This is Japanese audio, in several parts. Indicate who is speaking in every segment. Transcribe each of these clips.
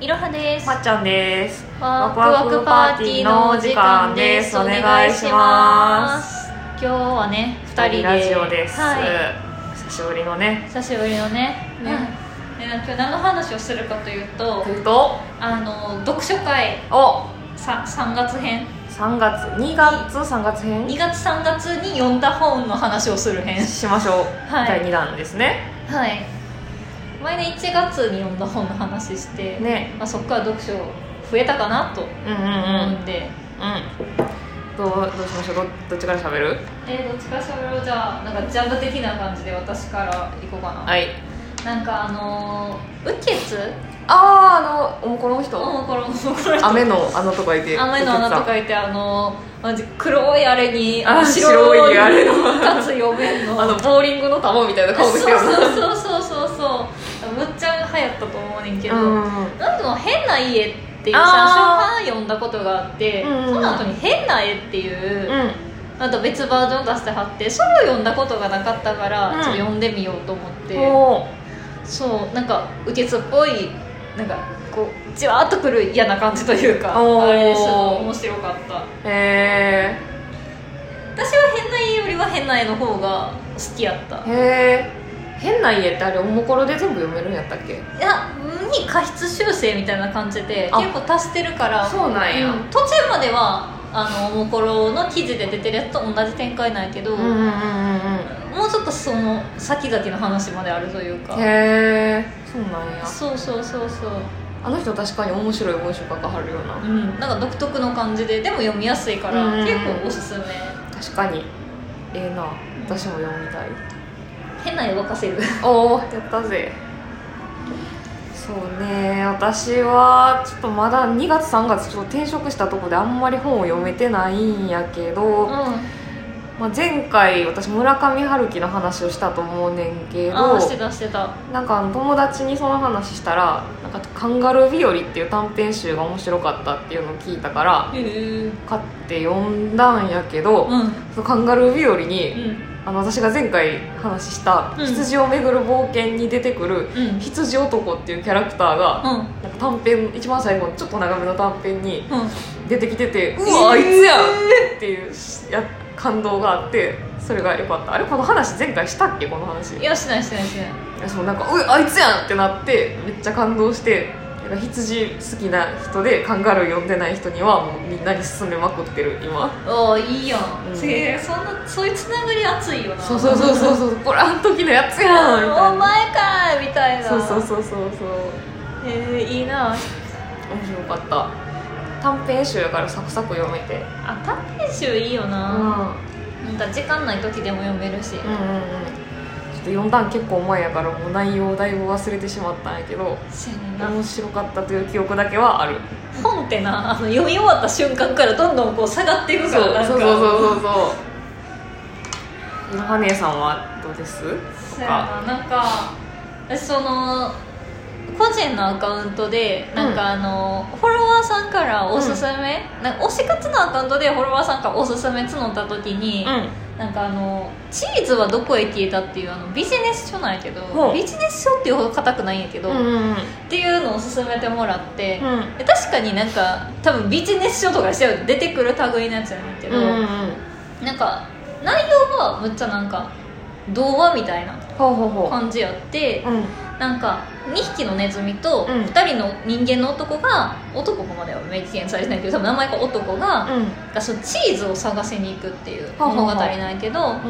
Speaker 1: いろはです
Speaker 2: まっちゃんです
Speaker 1: ワ
Speaker 2: ワ
Speaker 1: ク
Speaker 2: ク
Speaker 1: ワ
Speaker 2: ワ
Speaker 1: クパ
Speaker 2: ク
Speaker 1: ー
Speaker 2: パー
Speaker 1: テ
Speaker 2: テ
Speaker 1: ィ
Speaker 2: ィ
Speaker 1: ー
Speaker 2: ー
Speaker 1: の
Speaker 2: の
Speaker 1: お
Speaker 2: お
Speaker 1: 時
Speaker 2: 時
Speaker 1: 間
Speaker 2: 間
Speaker 1: で
Speaker 2: ですす
Speaker 1: お
Speaker 2: お
Speaker 1: 願
Speaker 2: 願
Speaker 1: い
Speaker 2: い
Speaker 1: し
Speaker 2: し
Speaker 1: ま
Speaker 2: ますす
Speaker 1: 今日はね2人で
Speaker 2: ラジオです、
Speaker 1: はい、
Speaker 2: 久しぶりのね
Speaker 1: 久しぶりのね
Speaker 2: ね
Speaker 1: うんで今日何の話をするかというと
Speaker 2: と
Speaker 1: あの読書会
Speaker 2: お
Speaker 1: さ3月編
Speaker 2: 3月2月3月編
Speaker 1: 2月3月に読んだ本の話をする編
Speaker 2: しましょう、
Speaker 1: はい
Speaker 2: 第2弾ですね
Speaker 1: はい前ね1月に読んだ本の話して、
Speaker 2: ね
Speaker 1: まあ、そこから読書増えたかなと
Speaker 2: うんうんうん
Speaker 1: 思うんで、
Speaker 2: うんどうどうしましょうどどっちから喋る
Speaker 1: えーどっちからしゃべろうじゃあなんかジャンル的な感じで私から行こうかな、
Speaker 2: はい
Speaker 1: なんかあのー雨血
Speaker 2: あああのおもこの人、
Speaker 1: おもころおもころ
Speaker 2: 雨のあのとこ行って
Speaker 1: 雨の穴とかいてあのーマジ黒いあれに
Speaker 2: あー白いあれの
Speaker 1: 2つ読めんの
Speaker 2: あのボーリングの球みたいな顔
Speaker 1: そう
Speaker 2: ですけど
Speaker 1: そうそうそうそうむっちゃ流行ったと思うねんけど、
Speaker 2: うんうん
Speaker 1: なんか変な家っていう最初
Speaker 2: あ
Speaker 1: から読んだことがあって、
Speaker 2: うんうん
Speaker 1: その後に変な絵っていう、
Speaker 2: うん
Speaker 1: あと別バージョン出してはってそれを読んだことがなかったから、
Speaker 2: うん
Speaker 1: ちょっと読んでみようと思って、
Speaker 2: おー
Speaker 1: そうなんか受けつっぽいなんかこうじわーっとくる嫌な感じというか
Speaker 2: おー
Speaker 1: あれでした面白かった
Speaker 2: へえ
Speaker 1: 私は変な家よりは変な絵の方が好きやった
Speaker 2: へえ変な家ってあれおもころで全部読めるんやったっけ
Speaker 1: いやに過失修正みたいな感じで
Speaker 2: あ
Speaker 1: 結構足してるから
Speaker 2: そうなんや
Speaker 1: うん途中まではあのおもころの記事で出てるやつと同じ展開なんやけど、
Speaker 2: うんうんうんうん
Speaker 1: もうちょっとその先々の話まであるというか
Speaker 2: うんへえそうなんや
Speaker 1: そうそうそうそう
Speaker 2: あの人確かに面白い文章書かはるよ
Speaker 1: う
Speaker 2: なん
Speaker 1: なんか独特の感じででも読みやすいから
Speaker 2: うん
Speaker 1: 結構おすすめ
Speaker 2: 確かにええな私も読みたい
Speaker 1: 変な絵沸かせる
Speaker 2: おおやったぜそうね私はちょっとまだ2月3月ちょっと転職したとこであんまり本を読めてないんやけど、
Speaker 1: うん
Speaker 2: まあ、前回私村上春樹の話をしたと思うねんけ
Speaker 1: あ
Speaker 2: ど
Speaker 1: あしてたしてた
Speaker 2: なんかあの友達にその話したら「なんかカンガルー日和」っていう短編集が面白かったっていうのを聞いたから
Speaker 1: へえ
Speaker 2: 買って読んだんやけど、
Speaker 1: うんうん
Speaker 2: そのカンガルー日和にあの私が前回話した
Speaker 1: うん
Speaker 2: 羊を巡る冒険に出てくる
Speaker 1: うんうん
Speaker 2: 羊男っていうキャラクターがなんか短編一番最後のちょっと長めの短編に
Speaker 1: うん
Speaker 2: 出てきてて「
Speaker 1: う
Speaker 2: う
Speaker 1: わ
Speaker 2: わあいつや!」
Speaker 1: え
Speaker 2: っていうや感動があってそれが良かったあれこの話前回したっけこの話
Speaker 1: いやしないしないしない
Speaker 2: そうなんか「ういあいつやん!」ってなってめっちゃ感動してなんか羊好きな人でカンガルー読んでない人にはもうみんなに勧めまくってる今
Speaker 1: ああいいやん、
Speaker 2: うん
Speaker 1: すげえそんなそういうつながり熱いよな
Speaker 2: そうそうそうそうそうこれあの時のやつやんみ
Speaker 1: お
Speaker 2: たいな
Speaker 1: 前かいみたいな
Speaker 2: そうそうそうそうそう
Speaker 1: えーいいな
Speaker 2: 面白かった短編集やからサクサク読めて
Speaker 1: あ短編集いいよ
Speaker 2: う
Speaker 1: な、
Speaker 2: ん
Speaker 1: なんか時間ない時でも読めるし、
Speaker 2: うんうんうんちょっと読んだん結構前やからもう内容だいぶ忘れてしまったんやけど
Speaker 1: せやねんな
Speaker 2: 面白かったという記憶だけはある
Speaker 1: 本ってなあの読み終わった瞬間からどんどんこう下がってい
Speaker 2: そう
Speaker 1: くか
Speaker 2: そう
Speaker 1: らなんか
Speaker 2: そうそううそういろは姉さんはどうです
Speaker 1: そうやななんか私その個人のアカウントでなんかあの、フォロワーさんからおすすめ、なんか推し活のアカウントでフォロワーさんからおすすめ募った時に、
Speaker 2: う
Speaker 1: なんかあのチーズはどこへ消えたっていうあのビジネス書なんやけど
Speaker 2: ほう
Speaker 1: ビジネス書っていうほど硬くないんやけど、
Speaker 2: んうんうん
Speaker 1: っていうのを勧めてもらって、
Speaker 2: うん
Speaker 1: で確かになんか多分ビジネス書とかして出てくる類のやつやねんけど、
Speaker 2: うんうん
Speaker 1: なんか内容がむっちゃなんか童話みたいな
Speaker 2: ほうほうほ
Speaker 1: 感じやって
Speaker 2: ううん
Speaker 1: なんか2匹のネズミと
Speaker 2: うん
Speaker 1: 2人の人間の男が男子までは明記されてないけど多分名前が男が、
Speaker 2: う
Speaker 1: がそのチーズを探しに行くっていう
Speaker 2: ほうほ
Speaker 1: 物
Speaker 2: う
Speaker 1: 語
Speaker 2: ほう
Speaker 1: なんやけど、
Speaker 2: ん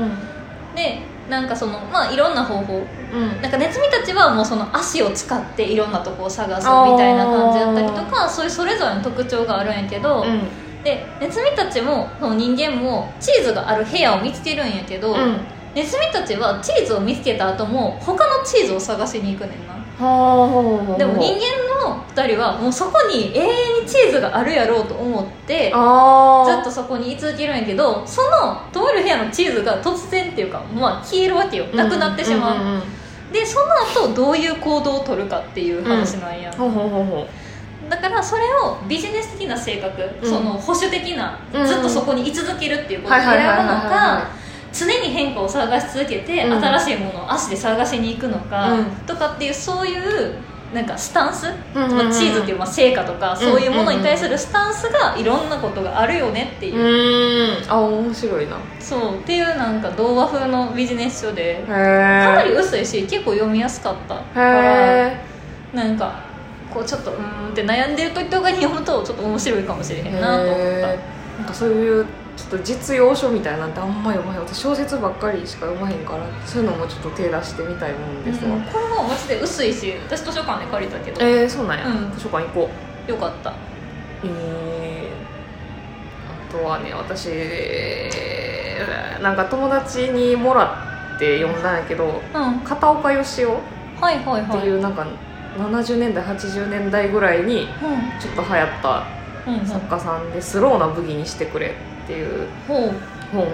Speaker 1: でなんかそのまあいろんな方法
Speaker 2: うんうん
Speaker 1: なんかネズミたちはもうその足を使っていろんなとこを探すみたいな感じだったりとかそういうそれぞれの特徴があるんやけど、
Speaker 2: うん
Speaker 1: でネズミたちもその人間もチーズがある部屋を見つけるんやけど、
Speaker 2: うん
Speaker 1: ネズミたちはチーズを見つけた後も他のチーズを探しに行くねんな
Speaker 2: ほうほうほうほう
Speaker 1: でも人間の2人はもうそこに永遠にチーズがあるやろうと思って
Speaker 2: あ
Speaker 1: ず
Speaker 2: ー
Speaker 1: っとそこに居続けるんやけどそのとある部屋のチーズが突然っていうかまあ消えるわけよなくなってしまう,、
Speaker 2: んんんん
Speaker 1: でその後どういう行動を取るかっていう話なんや、
Speaker 2: ほうほうほうほう
Speaker 1: だからそれをビジネス的な性格、
Speaker 2: うん
Speaker 1: その保守的な、
Speaker 2: うん
Speaker 1: ずっとそこに居続けるっていうことを
Speaker 2: はい
Speaker 1: 選ぶ
Speaker 2: は
Speaker 1: の
Speaker 2: いはいはいはい
Speaker 1: か常に変化を探し続けて、
Speaker 2: うん
Speaker 1: 新しいものを足で探しに行くのか、
Speaker 2: うん
Speaker 1: とかっていうそういうなんかスタンス、
Speaker 2: うんうんうん
Speaker 1: チーズっていうまあ成果とかそういうものに対するスタンスがいろんなことがあるよねっていう、
Speaker 2: うんあ面白いな
Speaker 1: そうっていうなんか童話風のビジネス書でかな
Speaker 2: へ
Speaker 1: り薄いし結構読みやすかった
Speaker 2: え
Speaker 1: から
Speaker 2: へ
Speaker 1: なんかこうちょっとうーんって悩んでる時とかに読むとちょっと面白いかもしれへ
Speaker 2: え
Speaker 1: んなと思った、
Speaker 2: なんかそういうちょっと実用書みたいなんてあんま読まへん私小説ばっかりしか読まへんからそういうのもちょっと手出してみたいもんですわ、
Speaker 1: うんこれもマジで薄いし私図書館で借りたけど、
Speaker 2: えー、そうなんや、
Speaker 1: うん
Speaker 2: 図書館行こう
Speaker 1: よかった
Speaker 2: えー、あとはね私なんか友達にもらって読んだんやけど
Speaker 1: うん
Speaker 2: 片岡義雄っ
Speaker 1: はいはい
Speaker 2: て
Speaker 1: はい
Speaker 2: いうなんか70年代80年代ぐらいに
Speaker 1: うん
Speaker 2: ちょっと流行った
Speaker 1: うんうん
Speaker 2: 作家さんで「スローな武器にしてくれ」っていう
Speaker 1: ほう
Speaker 2: 本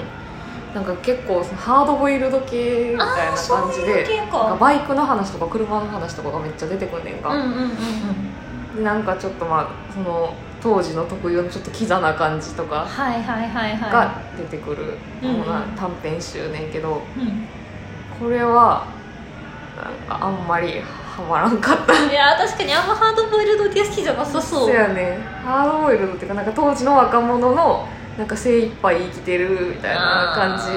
Speaker 2: なんか結構そのハードボイルド系みたいな感じ
Speaker 1: そういう
Speaker 2: で
Speaker 1: 系
Speaker 2: なんか
Speaker 1: か
Speaker 2: バイクの話とか車の話とかがめっちゃ出てくんねんか、
Speaker 1: うんうんうんうん
Speaker 2: でなんかちょっとまあその当時の特有のちょっとキザな感じとか
Speaker 1: はいはいはいはい
Speaker 2: が出てくる、
Speaker 1: うん
Speaker 2: こんな短編集ねんけど
Speaker 1: うん
Speaker 2: これはなんかあんまりハマらんかった
Speaker 1: いや確かにあんまハードボイルド系好きじゃなさそう
Speaker 2: やねハードボイルドっていうかなんか当時の若者のなんか精一杯生きてるみたいな感じ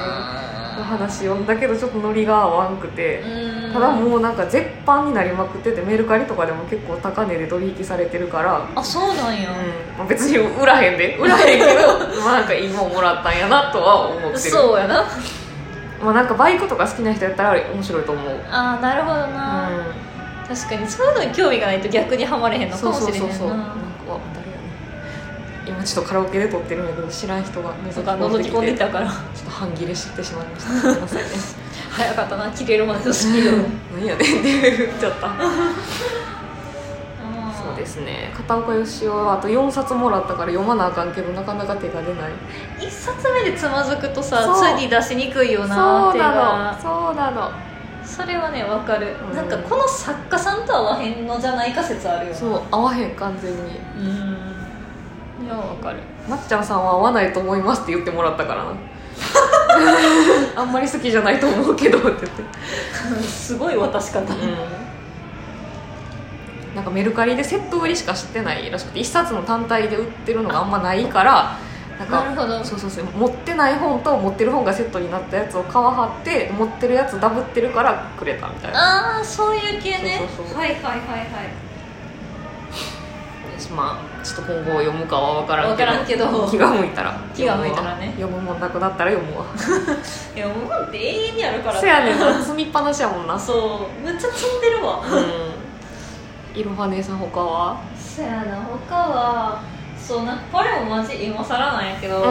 Speaker 2: の話読んだけどちょっとノリが合わんくて
Speaker 1: うん
Speaker 2: ただもうなんか絶版になりまくっててメルカリとかでも結構高値で取引されてるから
Speaker 1: あそうなんや、
Speaker 2: うんまあ別に売らへんで売らへんけ どまあなんかいいもんもらったんやなとは思ってる
Speaker 1: そうやな
Speaker 2: まあなんかバイクとか好きな人やったら面白いと思う、うん、
Speaker 1: あーなるほどな、確かにそういうのに興味がないと逆にはまれへんのか
Speaker 2: そう
Speaker 1: もし
Speaker 2: そう
Speaker 1: れへん
Speaker 2: そ
Speaker 1: な
Speaker 2: うそうなんかわ誰やね今ちょっとカラオケで撮ってるんやけど知らん人が覗
Speaker 1: とか覗き込んで
Speaker 2: きて
Speaker 1: たから
Speaker 2: ちょっと半切れしてしまいましたすいません ね
Speaker 1: 早かったな切れるまでのスピードが
Speaker 2: 何やねんって言っちゃったそうですすね片岡義雄はあと4冊もらったから読まなあかんけどなかなか手が出ない
Speaker 1: 一冊目でつまずくとさ
Speaker 2: そう
Speaker 1: 次出しにくいよ
Speaker 2: そう
Speaker 1: なって
Speaker 2: なのそうなの
Speaker 1: それはねわかる、
Speaker 2: うん
Speaker 1: なんかこの作家さんと合わへんのじゃないか説あるよな
Speaker 2: そう合わへん完全に
Speaker 1: うんいやわかる
Speaker 2: なっちゃんさんは合わないと思いますって言ってもらったからな あんまり好きじゃないと思うけどって言って
Speaker 1: すごい渡し方、
Speaker 2: うんなんかメルカリでセット売りしか知ってないらしくて1冊の単体で売ってるのがあんまないからなん
Speaker 1: なる
Speaker 2: か
Speaker 1: ほど
Speaker 2: そうそうそう持ってない本と持ってる本がセットになったやつを皮張って持ってるやつダブってるからくれたみたいな
Speaker 1: ああそういう系ね
Speaker 2: そうそうそう
Speaker 1: はいはいはい
Speaker 2: まあちょっと今後読むかは分からんけど
Speaker 1: 分からんけど
Speaker 2: 気が向いたら
Speaker 1: 気が向いたらね
Speaker 2: 読むわ読むもんなくなったら読むわ
Speaker 1: はいいやもうって永遠にあるから
Speaker 2: せやねんな積みっぱなしやもんな
Speaker 1: そうめっちゃ積んでるわ
Speaker 2: うんいろは姉さん他は
Speaker 1: そやな他はそうなんかこれもマジ今更なんやけど、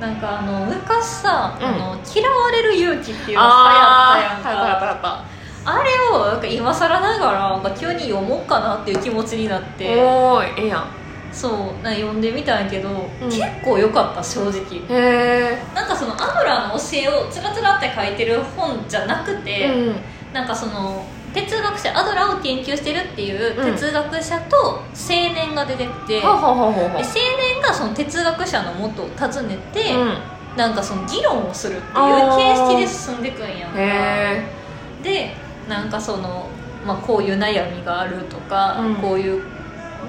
Speaker 1: なんかあの昔さ、
Speaker 2: うん
Speaker 1: あの「嫌われる勇気」っていうの
Speaker 2: あ
Speaker 1: が
Speaker 2: ー
Speaker 1: 流行ったやんか
Speaker 2: 流行った流行っ
Speaker 1: あれをなんか今更ながらなんか急に読もうかなっていう気持ちになったて
Speaker 2: おーええやん
Speaker 1: そうなんか読んでみたんやけど、
Speaker 2: ん
Speaker 1: 結構良かった正直
Speaker 2: へえ
Speaker 1: なんかそのアムラの教えをつらつらって書いてる本じゃなくて、
Speaker 2: うん
Speaker 1: なんかその哲学者アドラーを研究してるっていう
Speaker 2: うん
Speaker 1: 哲学者と青年が出てきて、
Speaker 2: ははははは
Speaker 1: で青年がその哲学者の元を訪ねて、
Speaker 2: うん、
Speaker 1: なんかその議論をするっていう
Speaker 2: あー
Speaker 1: 形式で進んでいくんやんか
Speaker 2: へえ
Speaker 1: でなんかその、まあ、こういう悩みがあるとか、
Speaker 2: うん
Speaker 1: こういう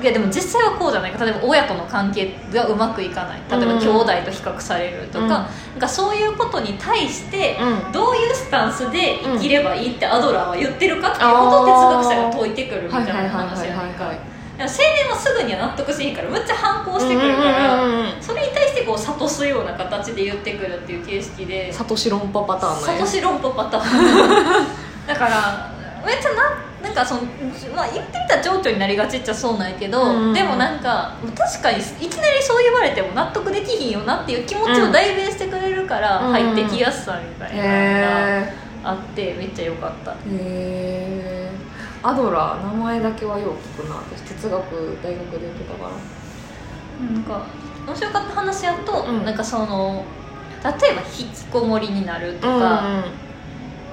Speaker 1: いやでも実際はこうじゃないか例えば親との関係がうまくいかない例えば
Speaker 2: うん
Speaker 1: 兄弟と比較されるとか,、
Speaker 2: うん
Speaker 1: なんかそういうことに対して、
Speaker 2: うん
Speaker 1: どういうスタンスで生きればいいってアドラーは言ってるかっていうことを
Speaker 2: あー
Speaker 1: 哲学者が解いてくるみた
Speaker 2: はいいはいはい
Speaker 1: な
Speaker 2: は
Speaker 1: 話
Speaker 2: い
Speaker 1: や
Speaker 2: は
Speaker 1: ねん
Speaker 2: い
Speaker 1: か
Speaker 2: はい
Speaker 1: でも青年はすぐには納得しへんからむっちゃ反抗してくるから、
Speaker 2: うんうんうんうん
Speaker 1: それに対してこう諭すような形で言ってくるっていう形式で
Speaker 2: サトシ論破パターンの
Speaker 1: 諭
Speaker 2: やつ
Speaker 1: し論破パター ンだからめっちゃななんかその、まあ、言ってみたら情緒になりがちっちゃそうなんやけど、
Speaker 2: うん
Speaker 1: でもなんか確かにいきなりそう言われても納得できひんよなっていう気持ちを代弁してくれるから
Speaker 2: うん
Speaker 1: 入ってきやすさみたいなのが
Speaker 2: へ
Speaker 1: あってめっちゃ良かった
Speaker 2: えへえアドラー名前だけはよう聞くな私哲学大学でやってたから
Speaker 1: なんか面白かった話やと、
Speaker 2: うん
Speaker 1: なんかその例えば引きこもりになるとか、
Speaker 2: うんうん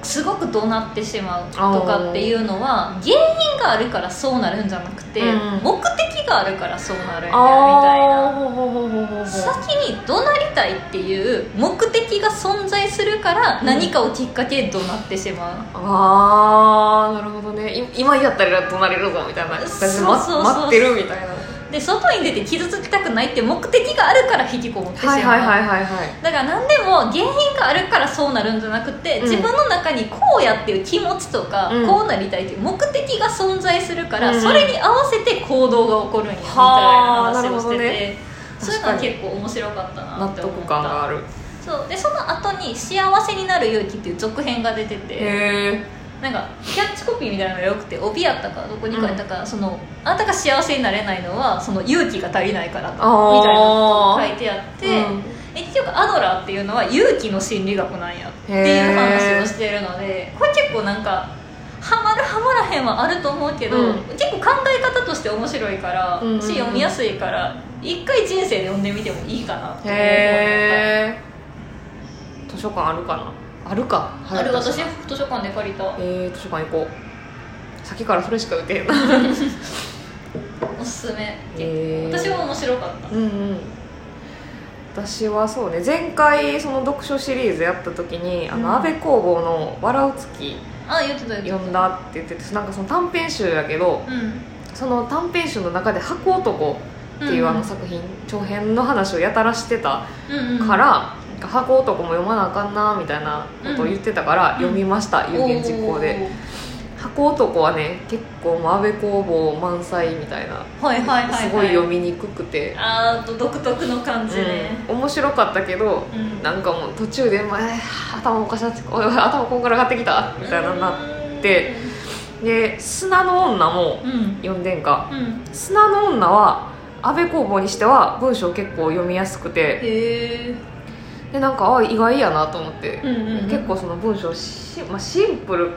Speaker 1: すごく怒鳴ってしまうとかっていうのは原因があるからそうなるんじゃなくて、
Speaker 2: うん
Speaker 1: 目的があるからそうなるんだみたい
Speaker 2: ああ
Speaker 1: な
Speaker 2: ほうほうほうほうほうほう
Speaker 1: 先に怒鳴りたいっていう目的が存在するから
Speaker 2: うん
Speaker 1: 何かをきっかけで怒鳴ってしま
Speaker 2: ああなるほどねい今やったら怒鳴れるぞみたいな私
Speaker 1: そうそうそう
Speaker 2: 待ってるみたいな
Speaker 1: う、で外に出て傷つきたくないって目的があるから引きこもってしまう、
Speaker 2: はいはいはいはいはい
Speaker 1: だから何でも原因があるからそうなるんじゃなくて、
Speaker 2: うん
Speaker 1: 自分の中にこうやっていう気持ちとか、
Speaker 2: うん
Speaker 1: こうなりたいっていう目的が存在するから、
Speaker 2: うん
Speaker 1: それに合わせて行動が起こるんやみたいな
Speaker 2: はあ
Speaker 1: 話をしてて、
Speaker 2: なるほどね
Speaker 1: そういうのは結構面白かったな
Speaker 2: 納
Speaker 1: って思った
Speaker 2: 得感がある
Speaker 1: そうでその後に「幸せになる勇気」っていう続編が出てて
Speaker 2: へえ
Speaker 1: なんかキャッチコピーみたいなのがよくて帯やったかどこに書いたか、そのあなたが幸せになれないのはその勇気が足りないからだみたいなことを書いてあって、
Speaker 2: うん
Speaker 1: 結局アドラーっていうのは勇気の心理学なんやっていう話をしてるのでこれ結構なんかハマるハマらへんはあると思うけど、
Speaker 2: うん
Speaker 1: 結構考え方として面白いから、
Speaker 2: うんうんうん
Speaker 1: し読みやすいから一回人生で読んでみてもいいかなって思う
Speaker 2: へえ図書館あるかなあるか
Speaker 1: ある私
Speaker 2: え
Speaker 1: 図書館で借りた
Speaker 2: ー、図書館行こう先からそれしか打てへんな
Speaker 1: おすすめ
Speaker 2: へー
Speaker 1: 私は面白かった
Speaker 2: うんうん私はそうね前回その読書シリーズやった時にあの、
Speaker 1: うん
Speaker 2: 安倍工房の「笑う月
Speaker 1: あ言ってた」言ってた
Speaker 2: 読んだって言っててなんかその短編集やけど
Speaker 1: うん
Speaker 2: その短編集の中で「箱男」っていうあの作品、長編の話をやたらしてた
Speaker 1: うんうん
Speaker 2: から「なんか箱男」も読まなあかんなみたいなことを言ってたから、
Speaker 1: ん
Speaker 2: 読みました、有言実行で箱男はね結構もう安倍工房満載みたいな
Speaker 1: おーはいはいはい、はい、
Speaker 2: すごい読みにくくて、
Speaker 1: あーあと独特の感じね、
Speaker 2: うん面白かったけど
Speaker 1: うん
Speaker 2: なんかもう途中で「まあえー頭おかしなっておい頭こんがらがってきた」みたいななってで「砂の女」も
Speaker 1: うんうん
Speaker 2: 読んでんか
Speaker 1: うん
Speaker 2: 「砂の女」は安倍工房にしては文章結構読みやすくて
Speaker 1: へえ
Speaker 2: でなんかあ意外やなと思って、
Speaker 1: うんうんうん
Speaker 2: 結構その文章し、まあ、シンプル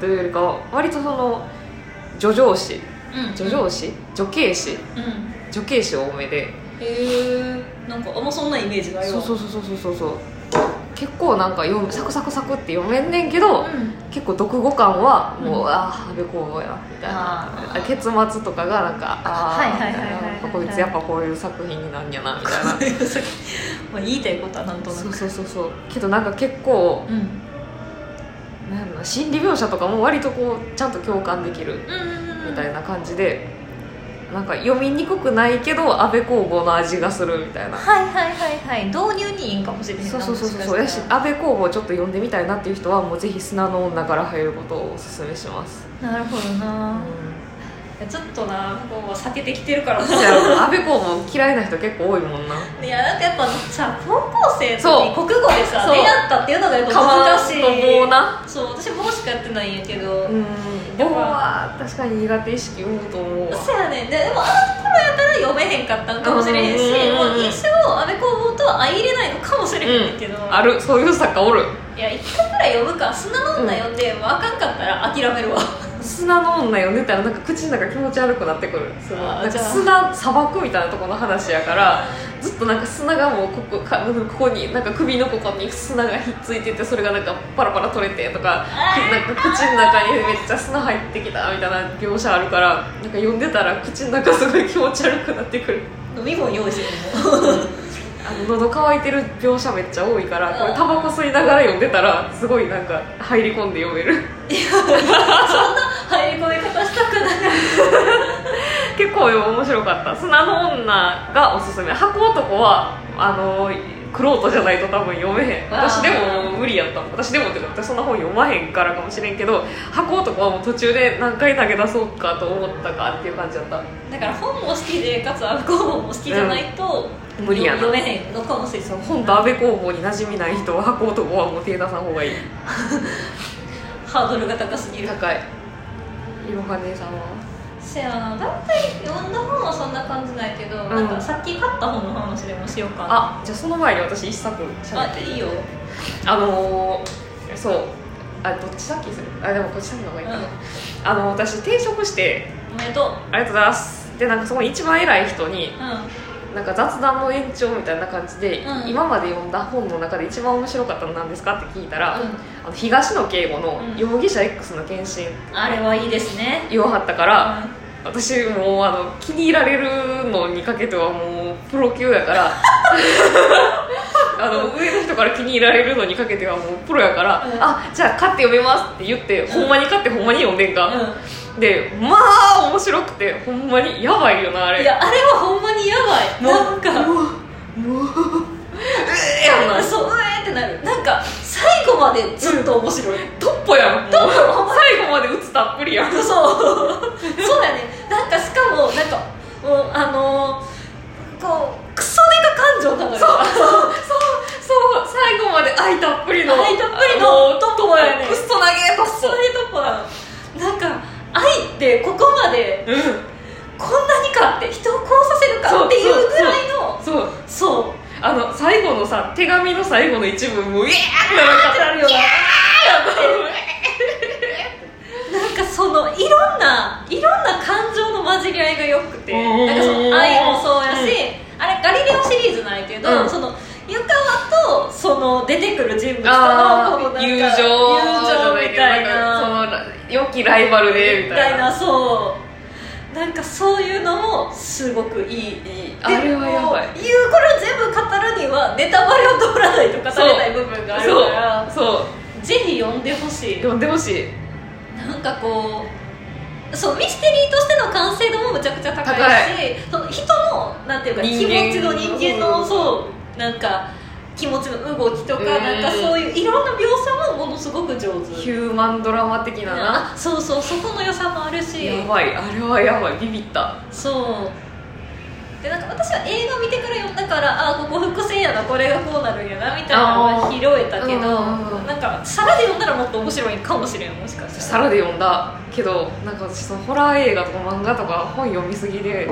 Speaker 2: というよりかは割とその叙情詩
Speaker 1: うん
Speaker 2: 叙情詩女形詩
Speaker 1: うん
Speaker 2: 女形詩多めで
Speaker 1: へえんかあんまそんなイメージないわ
Speaker 2: そうそううそうそうそうそうそう結構なんか読むサクサクサクって読めんねんけど、
Speaker 1: ん
Speaker 2: 結構読語感はもう、
Speaker 1: うん
Speaker 2: ああ安部公房やみたい
Speaker 1: あー
Speaker 2: な結末とかがなんかあ
Speaker 1: はい
Speaker 2: あ
Speaker 1: はいはいはいはい
Speaker 2: なんかこいつやっぱこういう作品になんやなみ たいな
Speaker 1: まあ言いたいことはなんとな
Speaker 2: そ
Speaker 1: く
Speaker 2: うそうそうそうけどなんか結構
Speaker 1: うん
Speaker 2: なんやろな心理描写とかも割とこうちゃんと共感できる
Speaker 1: うん
Speaker 2: みたい
Speaker 1: な
Speaker 2: な感じで、なんか読みにくくないけど安部公房の味がするみたいな
Speaker 1: はいはいはいはい導入にいいんかもしれへんな
Speaker 2: そうそうそうそう
Speaker 1: も
Speaker 2: や
Speaker 1: か
Speaker 2: し
Speaker 1: したら
Speaker 2: 安部公房ちょっと読んでみたいなっていう人はもうぜひ砂の女から入ることをおすすめします、
Speaker 1: なるほど
Speaker 2: う
Speaker 1: なんいやちょっとなここは避けてきてるから
Speaker 2: そうやろ安部公も嫌いな人結構多いもんない
Speaker 1: やなんかやっぱさ高校生
Speaker 2: そ
Speaker 1: に
Speaker 2: う
Speaker 1: 国語でさ
Speaker 2: そう
Speaker 1: 出会ったっていうのがやっぱ難しい
Speaker 2: カバンと棒な
Speaker 1: そう私棒しかやってないんやけど、
Speaker 2: うん棒は確かに苦手意識生むと思うわ
Speaker 1: そうやねんででもあの頃やったら読めへんかったんかもしれへんし、
Speaker 2: うん
Speaker 1: もう一生安倍公房とは相入れないのかもしれへんねんけど、
Speaker 2: あるそういう作家おる
Speaker 1: いや一回ぐらい読むか砂の女読んで、もうあかんかったら諦めるわ
Speaker 2: 砂の女読んでたらなんか口の中気持ち悪くなってくるその
Speaker 1: あー
Speaker 2: なん
Speaker 1: じ
Speaker 2: か
Speaker 1: ゃあ
Speaker 2: 砂砂漠みたいなところの話やからずっとなんか砂がもうここかここになんか首のここに砂がひっついててそれがなんかパラパラ取れてとか
Speaker 1: あー
Speaker 2: なんか口の中にめっちゃ砂入ってきたみたいな描写あるからなんか読んでたら口の中すごい気持ち悪くなってくる
Speaker 1: 飲み物用意してる
Speaker 2: あの喉乾いてる描写めっちゃ多いからこれタバコ吸いながら読んでたらすごいなんか入り込んで読める
Speaker 1: 入り込み方したくない
Speaker 2: 結構面白かった砂の女がおすすめ箱男はあのクロートじゃないと多分読めへん
Speaker 1: あー
Speaker 2: 私でも無理やったもん私でもっていうか私そんな本読まへんからかもしれんけど箱男はもう途中で何回投げ出そうかと思ったかっていう感じだった
Speaker 1: だから本も好きでかつ安倍公房も好きじゃないと、
Speaker 2: うん無理やな
Speaker 1: 読めへんのかもしれない
Speaker 2: 本と安部公房に馴染みない人は箱男はもう手出さん方がいい
Speaker 1: ハードルが高すぎる
Speaker 2: 高いいろは姉さんは
Speaker 1: せやな大体読んだ本はそんな感じないけど、
Speaker 2: ん
Speaker 1: なんかさっき買った本の話でもしようかな
Speaker 2: あじゃあその前に私一作しゃべっていい
Speaker 1: いいよ、
Speaker 2: あのー、そうあどっち先にするあでもこっち先の方が
Speaker 1: う
Speaker 2: い
Speaker 1: ん、
Speaker 2: いかな、あの私転職して
Speaker 1: おめでとう
Speaker 2: ありがとうございますでなんかそこに一番偉い人に
Speaker 1: う
Speaker 2: なんか雑談の延長みたいな感じで、
Speaker 1: うん
Speaker 2: 今まで読んだ本の中で一番面白かったのなんですかって聞いたら、
Speaker 1: ん、うん
Speaker 2: あの東野圭吾の
Speaker 1: うん
Speaker 2: 「容疑者 X の献身
Speaker 1: あれはいいですね。」
Speaker 2: 言わはったから、
Speaker 1: う
Speaker 2: 私もうあの気に入られるのにかけてはもうプロ級やからあの上の人から気に入られるのにかけてはもうプロやから
Speaker 1: う
Speaker 2: 「
Speaker 1: ん
Speaker 2: あじゃあ買って読めます」って言って、ほんまに買ってほんまに読んでんか、でまあ面白くてほんまにやばいよなあ
Speaker 1: うん、
Speaker 2: れ
Speaker 1: いやあれはほんまにやばい
Speaker 2: もう
Speaker 1: なんか
Speaker 2: もうもうええやんな
Speaker 1: そううえーってなるなんか最後までずっと面白い、
Speaker 2: トッポやんもう最後まで打つたっぷりやん
Speaker 1: そうそうやねなんかしかもなんかもうあのーこうクソデカ感情なのよ
Speaker 2: そうそう最後まで愛たっぷりの
Speaker 1: 愛たっぷりのトッポやね
Speaker 2: クソ投げパス
Speaker 1: そういうとこなのなんか愛ってここまで
Speaker 2: う
Speaker 1: こんなにかって人をこうさせるかっていうぐらいの
Speaker 2: んそう
Speaker 1: そう
Speaker 2: あの最後のさ手紙の最後の一文もうイエーってな
Speaker 1: ってなるよななんかそのいろんないろんな感情の混じり合いがよくて
Speaker 2: うん
Speaker 1: なんかその愛もそうやし、あれ「ガリレオ」シリーズなんやけど、
Speaker 2: うん
Speaker 1: その湯川とその出てくる人物とのこのなん
Speaker 2: あ
Speaker 1: か
Speaker 2: ー友
Speaker 1: 友
Speaker 2: 情
Speaker 1: 情みたいな
Speaker 2: なんかその良きライバルでみ
Speaker 1: み
Speaker 2: た
Speaker 1: た
Speaker 2: い
Speaker 1: い
Speaker 2: な
Speaker 1: なそうなんかそういうのもすごくいいいい
Speaker 2: あれはやばい
Speaker 1: でも言うこれを全部語るにはネタバレを取らないと語れない部分があるから
Speaker 2: そう
Speaker 1: ぜひ読んでほしい
Speaker 2: 読んでほしい
Speaker 1: なんかこうそうミステリーとしての完成度もむちゃくちゃ高いしその人のなんていうか気
Speaker 2: 人間
Speaker 1: 持ちの人間
Speaker 2: う
Speaker 1: の
Speaker 2: ん
Speaker 1: そうなんか気持ちの動きと
Speaker 2: う
Speaker 1: か
Speaker 2: ん
Speaker 1: なんかそういういろんな描写もものすごく上手
Speaker 2: ヒューマンドラマ的なな
Speaker 1: あそうそうそこの良さもあるし
Speaker 2: やばいあれはやばいビビった
Speaker 1: そうでなんか私は映画見てから読んだからあここ伏線やなこれがこうなるんやなみたいなのが拾えたけど
Speaker 2: あーうんうんうん
Speaker 1: なんか皿で読んだらもっと面白いかもしれんもしかした
Speaker 2: サ
Speaker 1: ら
Speaker 2: ラで読んだけどなんか私そのホラー映画とか漫画とか本読みすぎで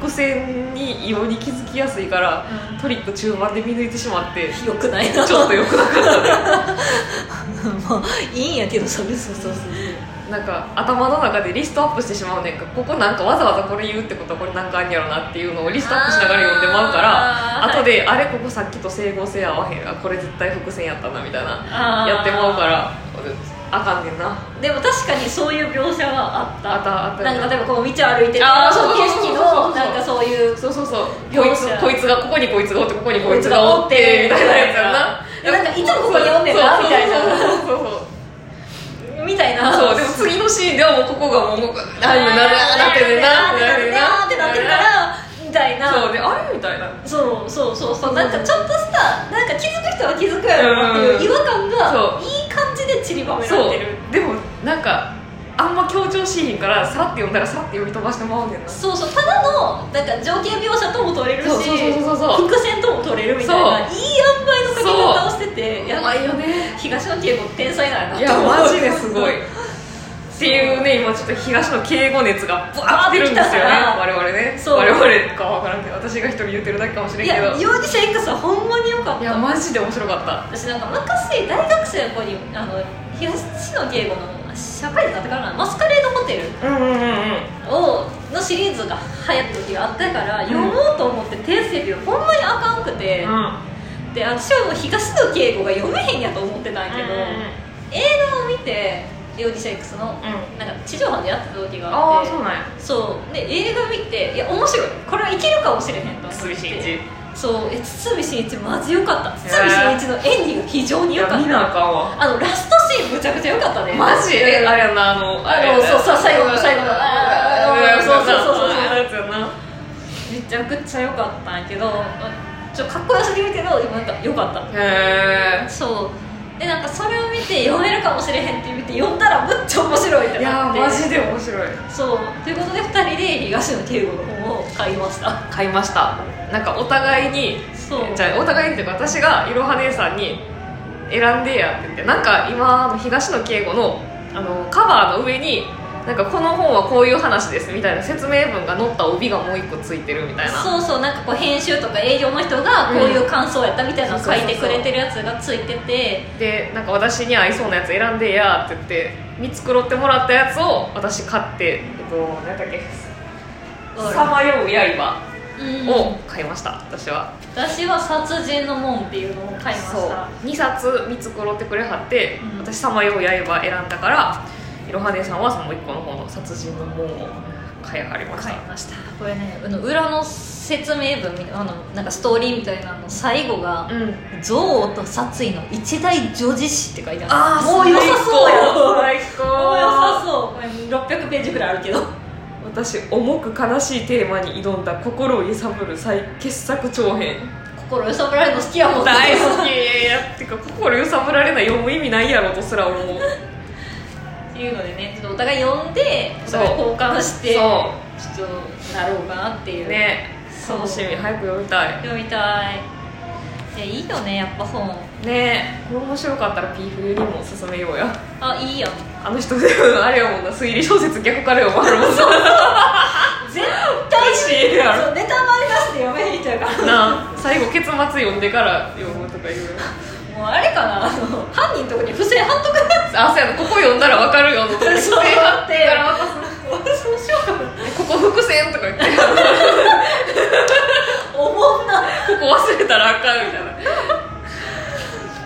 Speaker 2: 伏線に異様に気づきやすいから
Speaker 1: うん
Speaker 2: トリック中盤で見抜いてしまって
Speaker 1: よくない
Speaker 2: ちょ
Speaker 1: な
Speaker 2: っと良くなかったね
Speaker 1: まあいいんやけどそれそうそうそう
Speaker 2: なんか頭の中でリストアップしてしまうねんかここなんかわざわざこれ言うってことはこれなんかあんやろなっていうのをリストアップしながら読んでまうから
Speaker 1: あー
Speaker 2: 後で、あれここさっきと整合性合わへんあこれ絶対伏線やったなみたいな
Speaker 1: あー
Speaker 2: やってまうからあかんねんな
Speaker 1: でも確かにそういう描写はあった
Speaker 2: あったあった
Speaker 1: なんか例えばこう道歩いてる
Speaker 2: あー
Speaker 1: その景
Speaker 2: そうそうそう
Speaker 1: 色
Speaker 2: そう
Speaker 1: のなんかそういう
Speaker 2: そうそうそう
Speaker 1: 容
Speaker 2: こい
Speaker 1: 赦
Speaker 2: つこいつがここにこいつがおってここにこいつがおってみたいなやつや
Speaker 1: いや
Speaker 2: な
Speaker 1: なんかいつもここにおんねんな
Speaker 2: そう
Speaker 1: みたいな
Speaker 2: そうそうそう
Speaker 1: みたいな
Speaker 2: そうでも次のシーンではもうここがもうここああいうななってるな
Speaker 1: あーなってるなってなってるからみたいな
Speaker 2: そうであれみたいな
Speaker 1: そうそうそうそうなんかちょっとしたなんか気づく人は気づくやろなっていう違和感が
Speaker 2: そう
Speaker 1: いい感じで散りばめら
Speaker 2: そ
Speaker 1: れ
Speaker 2: う
Speaker 1: てる
Speaker 2: でもなんかあんま強調しへんからさらって読んだらさらって読み飛ばしてまうんだよなそ
Speaker 1: そうそうただのなんか情景描写とも取れるし
Speaker 2: そうそうそうそうそう
Speaker 1: 伏線とも取れるみたいないい塩梅の書き方をしてて
Speaker 2: う
Speaker 1: やばいよね東野圭吾天才だない
Speaker 2: やマジですごい
Speaker 1: っ
Speaker 2: っていうね今ちょっと東の敬語熱がバーってるんですよね
Speaker 1: あ
Speaker 2: 我々ね
Speaker 1: そう
Speaker 2: 我々かわからんけど私が一人言ってるだけかもしれん
Speaker 1: い
Speaker 2: け
Speaker 1: や
Speaker 2: ど
Speaker 1: 幼児者 X はほんまによかった
Speaker 2: いやマジで面白かった
Speaker 1: 私なんか昔大学生の子にあの東野圭吾の社会人だったからなマスカレードホテル
Speaker 2: うんうんうんうん
Speaker 1: をのシリーズが流行った時があったから、
Speaker 2: ん
Speaker 1: 読もうと思って訂正日をほんまにあかんくて、で私はもう東野圭吾が読めへんやと思ってたんやけど、映画を見て「容疑者 X の」なんか地上波でやってた時が
Speaker 2: あ
Speaker 1: あっ
Speaker 2: あ
Speaker 1: て
Speaker 2: そうなんや
Speaker 1: そうで映画見ていや面白いこれはいけるかもしれへんと思って
Speaker 2: 堤真一
Speaker 1: そうえ堤真一マジ良かった
Speaker 2: へー
Speaker 1: 堤真一の演技が非常に
Speaker 2: い
Speaker 1: 良
Speaker 2: や
Speaker 1: かっ
Speaker 2: 見
Speaker 1: た
Speaker 2: なあかんわ
Speaker 1: あのラストシーンむちゃくちゃ良かったね
Speaker 2: マジえあれやなあの
Speaker 1: あのそうそう最後の最後のあー
Speaker 2: うんそうそうそ
Speaker 1: そうそうそうそ
Speaker 2: う
Speaker 1: う
Speaker 2: あれやつやな
Speaker 1: めちゃくちゃ良かったんやけどちょっとかっこよすぎるけどでもなんか良かった
Speaker 2: へ
Speaker 1: そうでなんかそれを見て読めるかもしれへんって見て読んだらむっちゃ面白いって
Speaker 2: えいや
Speaker 1: なって
Speaker 2: ーマジで面白い
Speaker 1: そうということで2人で東野圭吾の本を買いました
Speaker 2: 買いましたなんかお互いに
Speaker 1: そう
Speaker 2: じゃあお互いにっていうか私がいろは姉さんに「選んでや」って言ってなんか今あの東野圭吾のあのカバーの上になんかこの本はこういう話ですみたいな説明文が載った帯がもう一個ついてるみたいな
Speaker 1: そうそうなんかこう編集とか営業の人がこういう感想やったみたいなのを書いてくれてるやつがついてて
Speaker 2: でなんか私に合いそうなやつ選んでやって言って見繕ってもらったやつを私買ってえっと何だっけ「さまよう刃
Speaker 1: うん」
Speaker 2: を買いました、私は
Speaker 1: 私は「殺人の門」っていうのを買いま
Speaker 2: そう
Speaker 1: した
Speaker 2: 2冊見繕ってくれはって、
Speaker 1: うん
Speaker 2: 私「さまよう刃」選んだからいろは姉さんはその1個の方の「殺人の門」を買いはりました、
Speaker 1: 買いましたこれねあの裏の説明文みたいなあのなんかストーリーみたいなの最後が
Speaker 2: うん
Speaker 1: 「憎悪と殺意の一大女子誌」って書いてある
Speaker 2: ああ
Speaker 1: もう良さそうやろ
Speaker 2: 最高
Speaker 1: もう良さそうこれ600ページぐらいあるけど
Speaker 2: 私重く悲しいテーマに挑んだ心を揺さぶる最傑作長編
Speaker 1: 心揺さぶられるの好きやもん
Speaker 2: 大好きいやってか心揺さぶられない読む意味ないやろとすら思う
Speaker 1: っていうのでねちょっとお互い読んでお
Speaker 2: そう
Speaker 1: 互い交換してちょ
Speaker 2: そ
Speaker 1: っとなろうかなっていうう
Speaker 2: ね
Speaker 1: そう
Speaker 2: 楽しみ早く読みたい
Speaker 1: 読みたいいやいいよねやっぱ本
Speaker 2: ねこれ面白かったら P 冬にも勧めようや
Speaker 1: あいいやん
Speaker 2: あの人あれやもんな推理小説逆から読まれるもんな
Speaker 1: 絶
Speaker 2: マジでいるやろ
Speaker 1: そうネタバレなしで読めへんちゃうから
Speaker 2: なあ最後結末読んでから読むとか言う
Speaker 1: もうあれかなあの犯人とかに不正反復
Speaker 2: あそうやなここ読んだら分かるよとか言って
Speaker 1: そう
Speaker 2: 貼ってから渡す
Speaker 1: そうしようかな
Speaker 2: ここ伏線とか言って
Speaker 1: 思んな
Speaker 2: ここ忘れたらあかんみたいな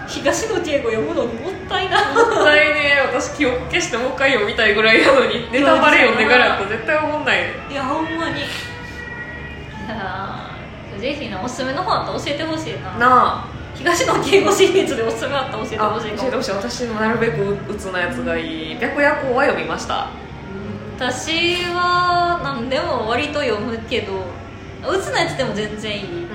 Speaker 1: 東野敬吾読むのにもったいな
Speaker 2: 絶対ね私記憶消してもう一回読みたいぐらいなのにネタバレ読んでからやったら絶対思んないね
Speaker 1: いやほんまにいやーぜひなおすすめの本あったら教えてほしいな
Speaker 2: なあ
Speaker 1: 東野敬吾シリーズでおすすめあったら教えて
Speaker 2: あ
Speaker 1: ほしいか
Speaker 2: 教えて
Speaker 1: も
Speaker 2: ほしい私もなるべくうつなやつがいい白夜行は読みました
Speaker 1: 私はなんでも割と読むけどうつのやつでも全然いい
Speaker 2: うんうん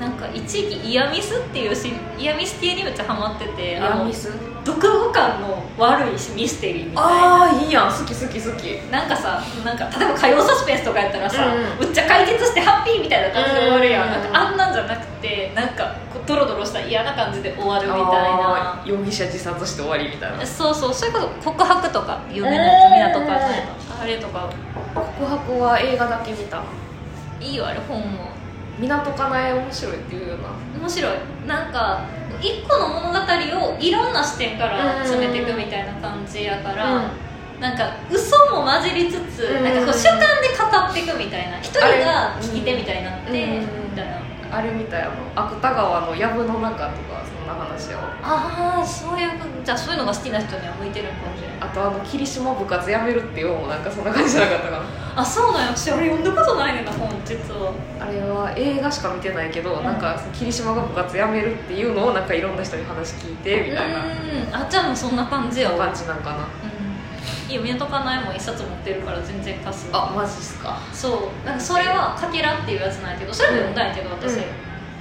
Speaker 1: なんか一時期イヤミスっていうしイヤミス系にめっちゃハマってて
Speaker 2: イ
Speaker 1: あ
Speaker 2: ヤ
Speaker 1: の
Speaker 2: ミス
Speaker 1: 読後感の悪いミステリーみたいな
Speaker 2: ああいいやん好き好き好き
Speaker 1: なんかさなんか例えば火曜サスペンスとかやったらさ、
Speaker 2: う
Speaker 1: むっちゃ解決してハッピーみたいな感じで終わるやん,、
Speaker 2: うん
Speaker 1: なんかあんなんじゃなくてなんかこうドロドロした嫌な感じで終わるみたい
Speaker 2: あ
Speaker 1: な
Speaker 2: ー容疑者自殺して終わりみたいな
Speaker 1: そうそうそれこそ告白とか有名なやつ
Speaker 2: えー
Speaker 1: ミナとかのやつあれとか
Speaker 2: 告白は映画だけ見た
Speaker 1: いいよあれ本も
Speaker 2: 港かなえ面白いっていうような
Speaker 1: 面白いなんか一個の物語をいろんな視点から詰めていくみたいな感じやから、なんか嘘も混じりつつ、
Speaker 2: うん
Speaker 1: なんかこう主観で語っていくみたいな一人が聞き手みたいになって、
Speaker 2: うん
Speaker 1: みたいな
Speaker 2: あれみたいあの芥川の藪の中とかそんな話を
Speaker 1: ああそういうことじゃあそういうのが好きな人には向いてるのかもしれない
Speaker 2: あとあの霧島部活やめるっていうのもなんかそんな感じじゃなかったか
Speaker 1: あそうなんや私あれ読んだことないねんな本実は
Speaker 2: なあれは映画しか見てないけど、
Speaker 1: ん
Speaker 2: なんか霧島が部活やめるっていうのをなんかいろんな人に話聞いてみたい
Speaker 1: う
Speaker 2: な
Speaker 1: んあっちゃんもそんな感じやわ
Speaker 2: 感じなんかな
Speaker 1: うんいいよ港かなえも一冊持ってるから全然貸す
Speaker 2: あマジっすか
Speaker 1: そうなんかそれは「かけら」っていうやつなんやけどそれも読んだんやけど私、
Speaker 2: うん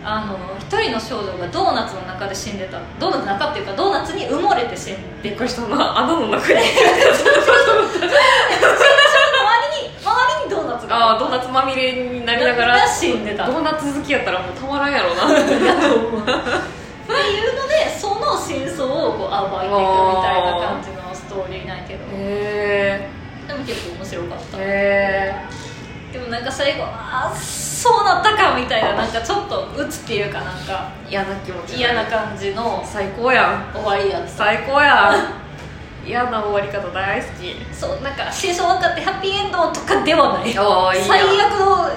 Speaker 1: あの一人の少女がドーナツの中で死んでたドーナツの中っていうかドーナツに埋もれて死んで
Speaker 2: びっくりしたな穴の中に
Speaker 1: 周りに周りにドーナツが
Speaker 2: ああドーナツまみれになりながら
Speaker 1: が死んでた
Speaker 2: ドーナツ好きやったらもうたまらんやろな
Speaker 1: だと思うっていうのでその真相をこう暴いていくみたいな感じのストーリーなんやけどで
Speaker 2: へ
Speaker 1: も結構面白かっ
Speaker 2: え
Speaker 1: た
Speaker 2: へ
Speaker 1: でもなんか最後ああそうなったかみたいななんかちょっと鬱っていうかなんか
Speaker 2: え嫌な気持ち
Speaker 1: 嫌な感じの
Speaker 2: 最高やん
Speaker 1: 終わりやった
Speaker 2: 最高やん嫌な終わり方大好き
Speaker 1: そうなんか真相分かってハッピーエンドとかではない
Speaker 2: ああいいや
Speaker 1: 最悪の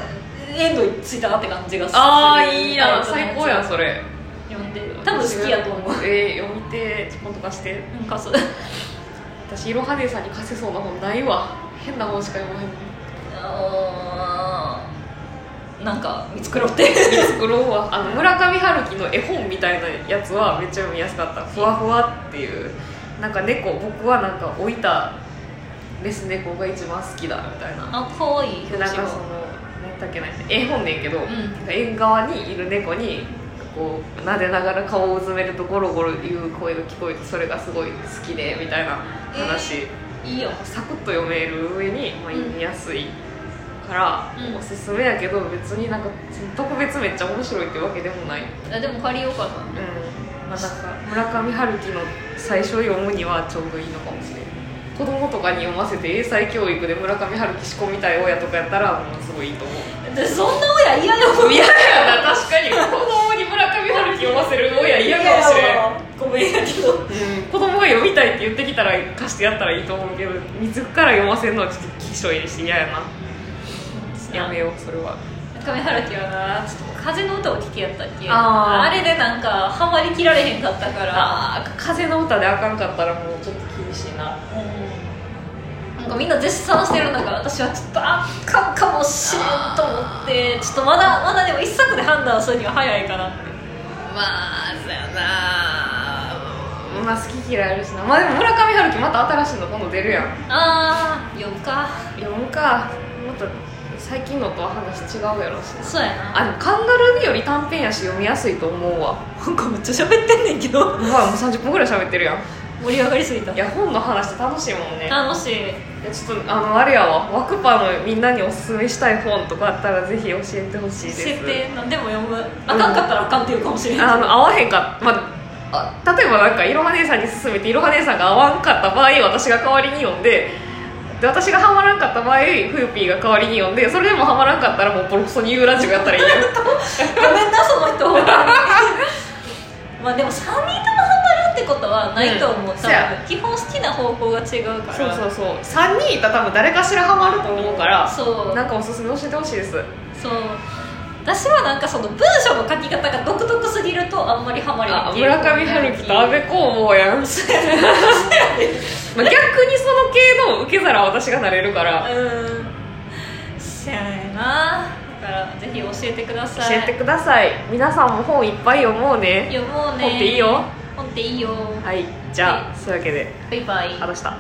Speaker 1: エンドについたなって感じがする
Speaker 2: ああいいやん最高やん
Speaker 1: ん
Speaker 2: それ
Speaker 1: 読んでる多分好きやと思う
Speaker 2: えー、読みてちょっとかして
Speaker 1: なんかそう
Speaker 2: 私いろは姉さんに貸せそうな本ないわ変な本しか読まへん
Speaker 1: あーなんか見繕って
Speaker 2: 作ろうわあの村上春樹の絵本みたいなやつはめっちゃ読みやすかったふわふわっていうなんか猫僕はなんか老いたメス猫が一番好きだみたいな
Speaker 1: あ可愛い
Speaker 2: でなんかその何だっけな絵本ねんけど、
Speaker 1: ん
Speaker 2: なんか縁側にいる猫にこう撫でながら顔をうずめるとゴロゴロいう声が聞こえてそれがすごい好きでみたいな話、
Speaker 1: いいよ
Speaker 2: サクッと読める上に、まあ、読みやすいから、
Speaker 1: うん
Speaker 2: おすすめやけど別になんか特別めっちゃ面白いってわけでもない、
Speaker 1: あでも借りようかな
Speaker 2: まあ、なんか村上春樹の最初読むにはちょうどいいのかもしれない子供とかに読ませて英才教育で村上春樹仕込みたい親とかやったらもうすごいいい と思う
Speaker 1: でそんな親嫌よ
Speaker 2: 嫌やな確かに子供に村上春樹読ませる親嫌かもしれん
Speaker 1: ごめんやけど
Speaker 2: 子供が読みたいって言ってきたら貸してやったらいいと思うけど自ら読ませるのはちょっときしょいし嫌やなやめようそれは
Speaker 1: 中見春樹はなちょっと風の歌を聴きやったっけ
Speaker 2: あー
Speaker 1: れでなんかハマりきられへんかったから
Speaker 2: ああ風の歌であかんかったらもうちょっと厳しいな
Speaker 1: うんもうかみんな絶賛してる中私はちょっとあかんかもしれんと思ってちょっとまだまだでも一作で判断するには早いかなって
Speaker 2: まあそやなまあ好き嫌いあるしなまあでも村上春樹また新しいの今度出るやん
Speaker 1: ああ読むか
Speaker 2: 読むかまた最近のとは話違うやろうしな
Speaker 1: そうやな
Speaker 2: あでもカンガルー日より短編やし読みやすいと思うわ
Speaker 1: なんかめっちゃ喋ってんねんけど
Speaker 2: うわもう30分ぐらい喋ってるやん
Speaker 1: 盛り上がりすぎた
Speaker 2: いや本の話って楽しいもんね
Speaker 1: 楽しい
Speaker 2: いやちょっとあのあれやわワクパのみんなにおすすめしたい本とかあったらぜひ教えてほしいです
Speaker 1: 設定なんでも読むあかんかったらあかんっていうかもしれない
Speaker 2: あの合わへんかまああ例えばなんかいろは姉さんに勧めていろは姉さんが合わんかった場合私が代わりに読んでで私がハマらんかった場合ふーぴーが代わりに読んでそれでもハマらんかったらもうボロクソに言うラジオやったらいいやん
Speaker 1: ごめんなその人まあでも3人ともハマるってことはないと思う、
Speaker 2: うん
Speaker 1: 多
Speaker 2: そや
Speaker 1: 分基本好きな方向が違うから
Speaker 2: そうそうそう3人いたら多分誰かしらハマると思うから
Speaker 1: そう
Speaker 2: なんかおすすめ教えてほしいです
Speaker 1: そう私はなんかその文章の書き方が独特すぎるとあんまりハマりない
Speaker 2: あ村上春樹と安部公房やん まあ逆にその系の受け皿は私がなれるから
Speaker 1: うんせやねんなだからぜひ教えてくだ
Speaker 2: 教
Speaker 1: さい
Speaker 2: えてください皆さんも本いっぱい読もうね
Speaker 1: 読もうね
Speaker 2: 本っていいよ
Speaker 1: 本っていいよ
Speaker 2: はいじゃあ、
Speaker 1: はい
Speaker 2: そういうわけで
Speaker 1: バイバイ
Speaker 2: あどうした